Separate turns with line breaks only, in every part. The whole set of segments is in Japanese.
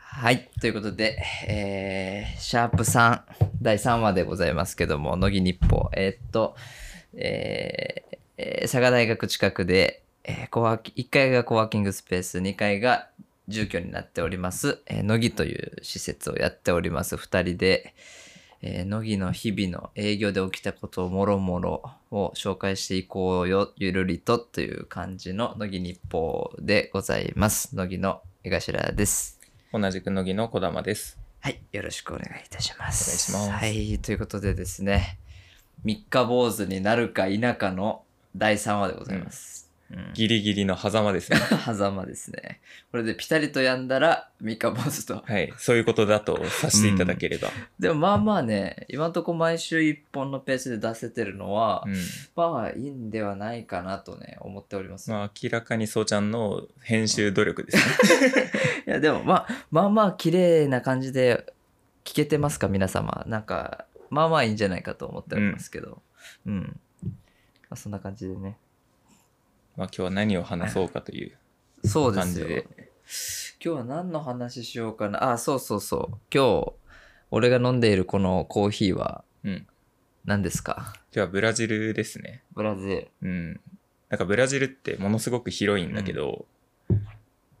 はい。ということで、えー、シャープ3、第3話でございますけども、乃木日報。えーっと、えーえー佐賀大学近くで、えーコワーキ1階がコワーキングスペース、2階が住居になっております、えー乃木という施設をやっております2人で、えー乃木の日々の営業で起きたことをもろもろを紹介していこうよ、ゆるりとという感じの乃木日報でございます。乃木の江頭です。
同じく乃木の小玉です。
はい、よろしくお願いいたします。
お願いします
はい、ということでですね、三日坊主になるか否かの第3話でございます。うん、
ギリギリの狭 間ですね。
狭間ですね。これでピタリとやんだら三日坊主と。
はい。そういうことだとさせていただければ。
でもまあまあね、今んとこ毎週一本のペースで出せてるのは、
うん
まあいいんではないかなとね、思っております。
まあ、明らかにそうちゃんの編集努力です ね。
いや、でもまあ、まあまあ綺麗な感じで聞けてますか、皆様。なんか、まあまあいいんじゃないかと思っておりますけど。うん。まあ、そんな感じでね。
まあ、今日は何を話そうかという。
そうですよ。
感じで
今日は何の話しようかな。あ、そうそうそう。今日、俺が飲んでいるこのコーヒーは
うん。今
何ですか
日はブラジルですね。
ブラジル。
うん。なんかブラジルってものすごく広いんだけど、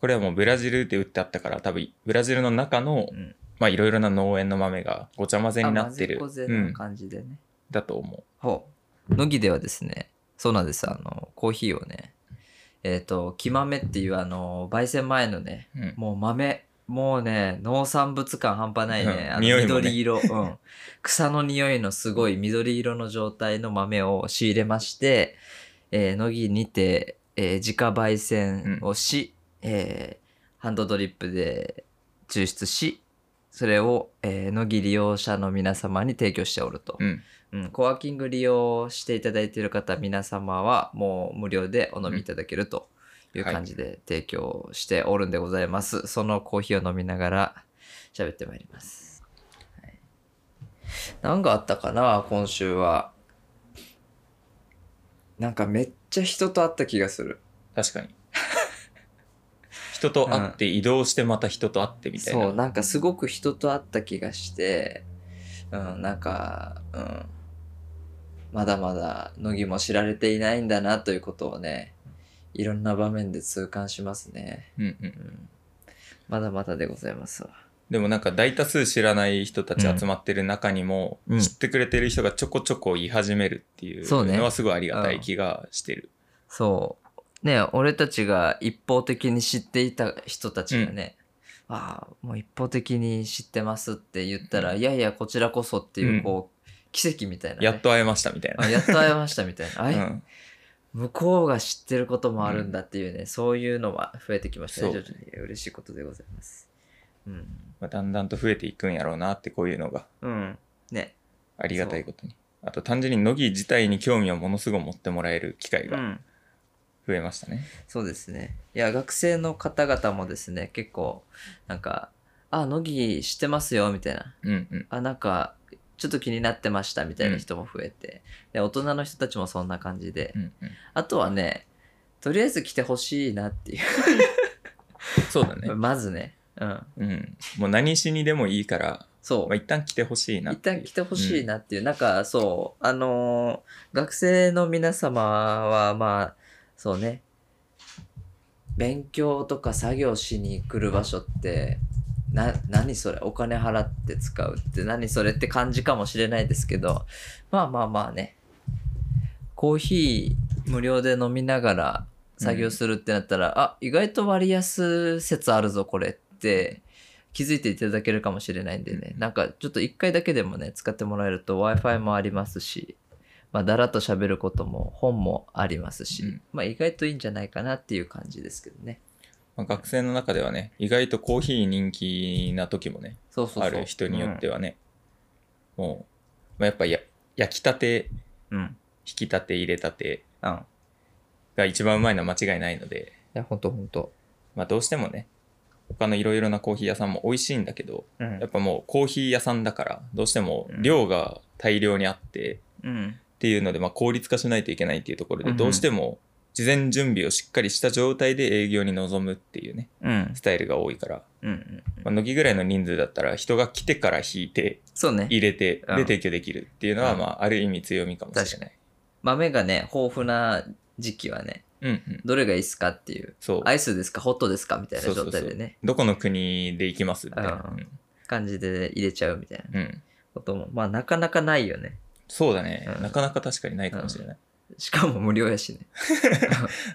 これはもうブラジルで売ってあったから、多分ブラジルの中の、
うん
まあ、いろいろな農園の豆がごちゃ混ぜになってる。
あまぜこぜ
う。
なん感じでね。
だと思
ほう。乃木ではですね、そうなんです。あの、コーヒーをね、えっ、と、木豆っていうあの、焙煎前のね、
う。うん。
もう豆、もうね、農産物感半端ないね。
うん
あの
匂いもね
緑 色、うん。草の匂いのすごい緑色の状態の豆を仕入れまして、えー、乃木にて、えー自家焙煎をし、えーハンドドリップで抽出し、それを、えー、乃木利用者の皆様に提供しておると。
うん。
うん、コワーキング利用していただいている方皆様はもう無料でお飲みいただけるという感じで提供しておるんでございます、そのコーヒーを飲みながら喋ってまいります、はい、何があったかな今週はなんかめっちゃ人と会った気がする
確かに。 人と会って移動してまた人と会ってみたいな。
そうなんかすごく人と会った気がしてうんなんかうんまだまだ乃木も知られていないんだなということをねいろんな場面で痛感しますね、
うんうん
うん、まだまだでございますわ
でもなんか大多数知らない人たち集まってる中にも、
うん
知ってくれてる人がちょこちょこ言い始めるっていう
そうね
のはすごいありがたい気がしてる。
そうね俺たちが一方的に知っていた人たちがね、ああもう一方的に知ってますって言ったら、いやいやこちらこそっていううんこう、奇跡みたいなね、
やっと会えましたみたいな。
あやっと会えましたみたいなあれ
うん、
向こうが知ってることもあるんだっていうね、そういうのは増えてきましたね
そ
徐
う
々に嬉しいことでございますうん、
まあ、だんだんと増えていくんやろうなってこういうのが
うん、ね
ありがたいことに。あと単純に乃木自体に興味をものすごい持ってもらえる機会
う
が
ん
増えましたね。
そうですねいや学生の方々もですね結構なんか「あ乃木知ってますよ」みたいな
うんうん
「あなんかちょっと気になってました」みたいな人も増えて、で大人の人たちもそんな感じで、
うんうん。
あとはねとりあえず来てほしいなっていう、。
そうだ ね
まずねうん
うん。もう何しにでもいいから、
そう
まあ、一旦来てほしいなっ
一
ていう。
旦来てほしいなっていう、なんかそうあのー学生の皆様はまあそうね勉強とか作業しに来る場所ってな何それお金払って使うって何それって感じかもしれないですけどまあまあまあねコーヒー無料で飲みながら作業するってなったら、あ意外と割安説あるぞこれって気づいていただけるかもしれないんでね、
うん
なんかちょっと1回だけでもね使ってもらえると w i f i もありますし、まあ、だらっと喋ることも本もありますし、
うん
まあ、意外といいんじゃないかなっていう感じですけどね
まあ、学生の中ではね、意外とコーヒー人気な時もね、
そうそうそう
ある人によってはね、もう、まあ、やっぱや焼きたて
うん、うん
引きたて入れたて
うんい
が一番うまいのは間違いないので、
やほんとほんと、
まあ、どうしてもね他のいろいろなコーヒー屋さんも美味しいんだけど
うん
やっぱもうコーヒー屋さんだからどうしても
うん
量が大量にあってっ
うん、
ていうので、まあ、効率化しないといけないっていうところ
う
で
んうん
どうしても事前準備をしっかりした状態で営業に臨むっていうね
うん
スタイルが多いから、
うんうん
まあ、乃木ぐらいの人数だったら人が来てから引いて
そうね
入れて
うん
で提供できるっていうのは、
うん
まあ、ある意味強みかもしれない。
豆がね豊富な時期はね
うんうん、
どれがいいっすかっていう
そう
アイスですかホットですかみたいな
そうそう
状
そう
態でね
どこの国で行きますみたい
う
な、
ん感じで入れちゃうみたいな
うんうん
こともまあなかなかないよね
そうだね、
うん
なかなか確かにないかもしれない、
しかも無料やしね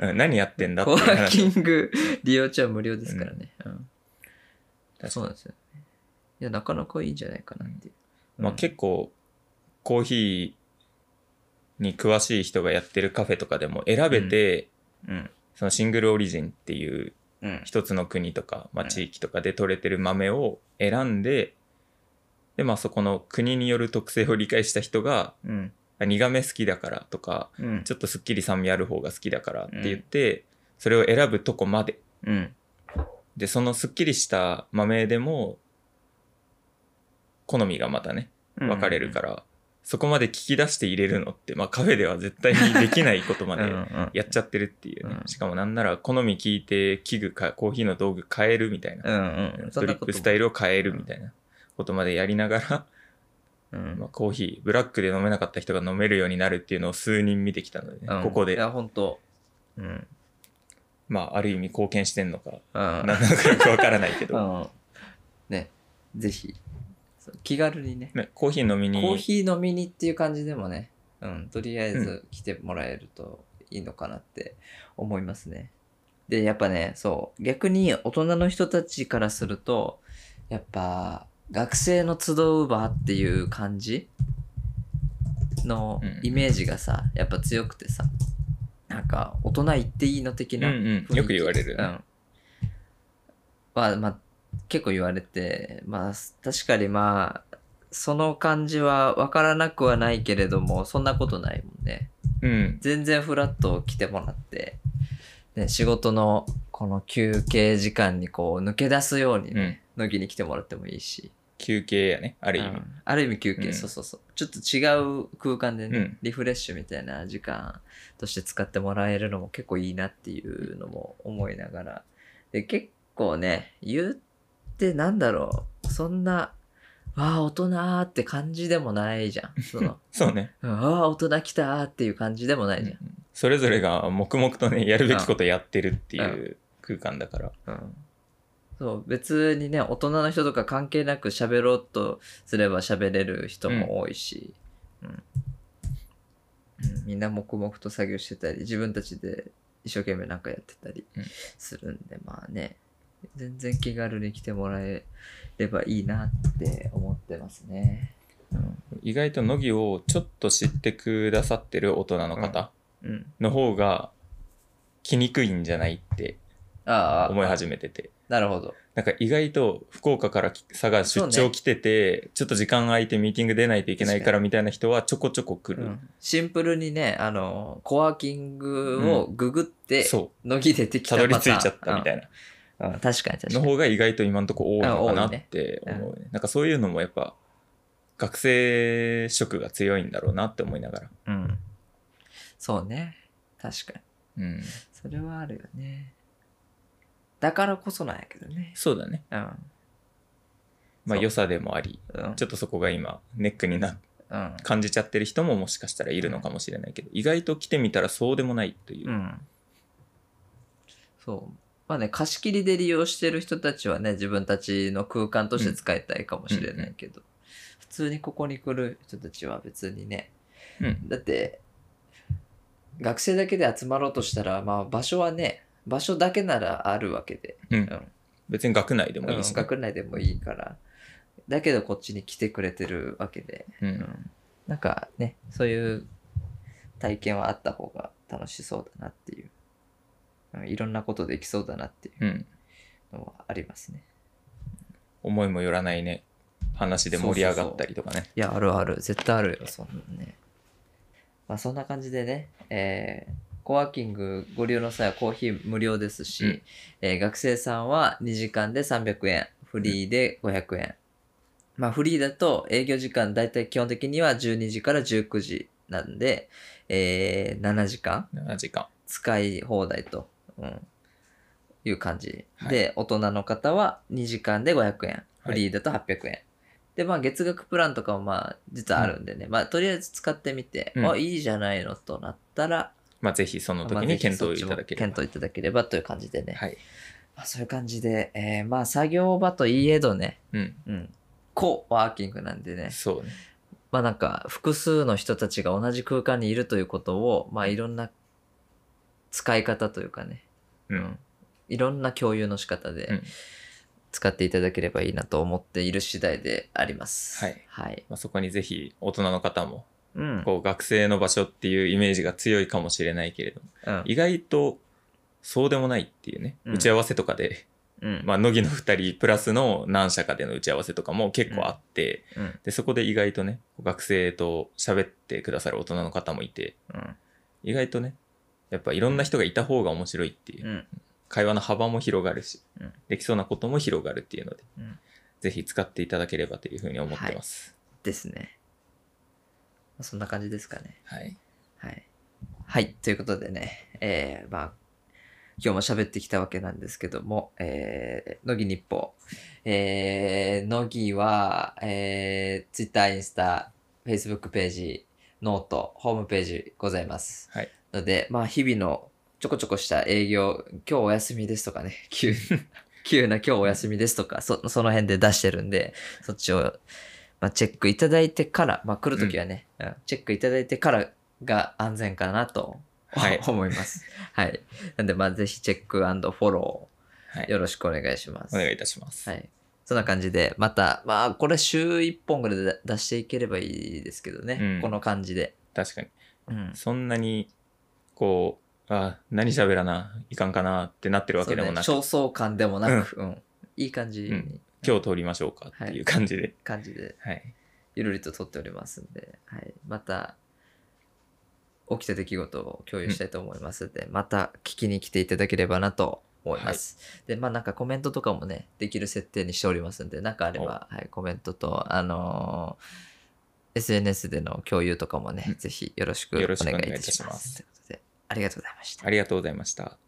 うん何やってんだってい
コ
う
ワーキ
話
ング利用中は無料ですからね、うん
確
そうなんですよねいやなかなかいいんじゃないかなっていう、
まあ、
うん
結構コーヒーに詳しい人がやってるカフェとかでも選べて、
うん
そのシングルオリジンっていう
うん
一つの国とか、まあ、
うん
地域とかで取れてる豆を選んでで、まあ、そこの国による特性を理解した人が
うん
あ苦め好きだからとか
うん
ちょっとすっきり酸味ある方が好きだからって言って、それを選ぶとこまで
うん
でそのすっきりした豆でも好みがまたね分かれるから、そこまで聞き出して入れるのって、まあ、カフェでは絶対にできないことま
うんうん
で
うん
やっちゃってるっていうね、
うん
しかもなんなら好み聞いて器具かコーヒーの道具変えるみたいな、
うんうん
ドリップスタイルを変えるみたいなことまでやりながら、
ル、うん
まあ、コーヒーブラックで飲めなかった人が飲めるようになるっていうのを数人見てきたのでね、
うん
ここ
い
で、
や本当うん
まあ、ある意味貢献してんのか
うん
何なのかよくわからないけど、
うんねぜひそう気軽にね
ね、コーヒー飲みに
コーヒー飲みにっていう感じでもね、うん、とりあえず来てもらえるといいのかなって思いますね。で、やっぱね、そう、逆に大人の人たちからすると、やっぱ学生の集う場っていう感じの
うん
イメージがさ、やっぱ強くてさ、なんか大人行っていいの的
うん
な
うん、よく言われる
う
ね、
ん。は、まあ、結構言われて、まあ、確かにまあ、その感じは分からなくはないけれども、そんなことないもんね。
うん
全然フラッと来てもらって、ね、仕事のこの休憩時間にこう抜け出すように
うん
ね、乃木に来てもらってもいいし、
休憩やねある意
う
味、
んある意味休憩、
うん
そうそうそうちょっと違う空間でね、
うん
リフレッシュみたいな時間として使ってもらえるのも結構いいなっていうのも思いながらで結構ね言ってなんだろうそんなわあ大人ーって感じでもないじゃんその
そうね
うんああ大人来たーっていう感じでもないじ
それぞれが黙々とねやるべきことやってるっていう空間だから
ゃん、うんそう別にね大人の人とか関係なく喋ろうとすれば喋れる人も多いし、うんうんみんな黙々と作業してたり自分たちで一生懸命なんかやってたり
うん
するんで、まあね全然気軽に来てもらえればいいなって思ってますね。うん
意外と乃木をちょっと知ってくださってる大人の方
うん、
の方が来にくいんじゃないって
あ
思い
あ
始めてて
なるほど。
なんか意外と福岡からき佐賀出
そうね
張来てて、ちょっと時間空いてミーティング出ないといけないからみたいな人はちょこちょこ来
う
る、
んシンプルにねあのコワーキングをググって、
そ
のぎ出て
う
き
た
た
どり着いちゃったみた
い
いな
な、うんうん確かに確か
の
に。
方が意外と今のとこ多いのかな
うん多いね
って思うね、なんかそういうのもやっぱ学生色が強いんだろうなって思いながら、
うん。そうね。確かに。
うん、
それはあるよね。だからこそなんやけどね。
そうだね
うん。
まあ
そう
良さでもあり
うん。
ちょっとそこが今ネックにな
うん。
感じちゃってる人ももしかしたらいるのかもしれないけど意外と来てみたらそうでもないという、
うん。そう。まあね、貸し切りで利用してる人たちはね、自分たちの空間として使いたいかもしれないけど、普通にここに来る人たちは別にね、
うん
だって、学生だけで集まろうとしたら、まあ場所はね、場所だけならあるわけで、
うん
ん
別に学内でもいいし
うん
ね、
学内でもいいからだけどこっちに来てくれてるわけで、
うん
うんなんかねそういう体験はあった方が楽しそうだなっていう、うんいろんなことできそうだなってい
うん
うのはありますね
思いもよらないね話で盛り上がったりとかね
いやあるある絶対あるよそんなねまあそんな感じでねえーコワーキングご利用の際はコーヒー無料ですし、
うん
えー学生さんは2時間で300円フリーで500円、まあフリーだと営業時間大体基本的には12時から19時なんで、えー7時間
7時間
使い放題と、うん、いう感じ、
はい
で大人の方は2時間で500円フリーだと800円、でまあ月額プランとかもまあ実はあるんでね、まあとりあえず使ってみて、
うん
あいいじゃないのとなったら
まあ、ぜひその
まあぜ
時に
ひ
検
そっ
討い
ちも
ただければ。
検討いただければという感じでね、
はい。
まあ、そういう感じで、えーまあ作業場といえどね、
うん。
うん、コワーキングなんでね
そうね。
まあなんか複数の人たちが同じ空間にいるということをまあいろんな使い方というかね
うん。
いろんな共有の仕方
う
で
ん
使っていただければいいなと思っている次第であります。
はい
はい。
まあ、そこにぜひ大人の方も、
うん。
こう学生の場所っていうイメージが強いかもしれないけれども、
うん
意外とそうでもないっていうね、
うん
打ち合わせとかで、
うん。
まあ、乃木の2人プラスの何社かでの打ち合わせとかも結構あって、
うん。
でそこで意外とね学生と喋ってくださる大人の方もいて
うん。
意外とねやっぱいろんな人がいた方が面白いっていう、
うん。
会話の幅も広がるし、
うん
できそうなことも広がるっていうので、
うん
ぜひ使っていただければというふうに思ってます。
ですね。まあそんな感じですかね。
はい、
はい。はい。ということでね、えー、まあ、今日も喋ってきたわけなんですけども、えー、乃木日報。えー、乃木は、えー、Twitter、インスタ、Facebook ページ、ノート、ホームページございます。
はい。
ので、まあ、日々のちょこちょこした営業、今日お休みですとかね、 急に急な今日お休みですとか、そその辺で出してるんで、そっちを、まあ、チェックいただいてから、まあ、来るときはね、うんチェックいただいてからが安全かなと、
はい
思います。はい。なんで、まあ、ぜひチェックフォロ
は
ー
い
よろしくお願いします。
お願いいたします。
はい。そんな感じで、また、まあ、これ週1本ぐらいで出していければいいですけどね、
うん
この感じで。
確かに
うん。
そんなにこうあ何喋らないかんかなってなってるわけでもなく、
そうね焦燥感でもなく、うんいい感じに、
うん今日通りましょうかっていう感じで、
感じで、
はい
ゆるりと撮っておりますんで、はい。また、起きた出来事を共有したいと思いますので、また聞きに来ていただければなと思います。で、まあなんかコメントとかもね、できる設定にしておりますんで、なんかあれば、はい、コメントと、あのー SNS での共有とかもね、
うん
ぜひよろしくお願い
よろ
い
しくお願い
たします。とい
いたします
うことで、ありがとうございました。
ありがとうございました。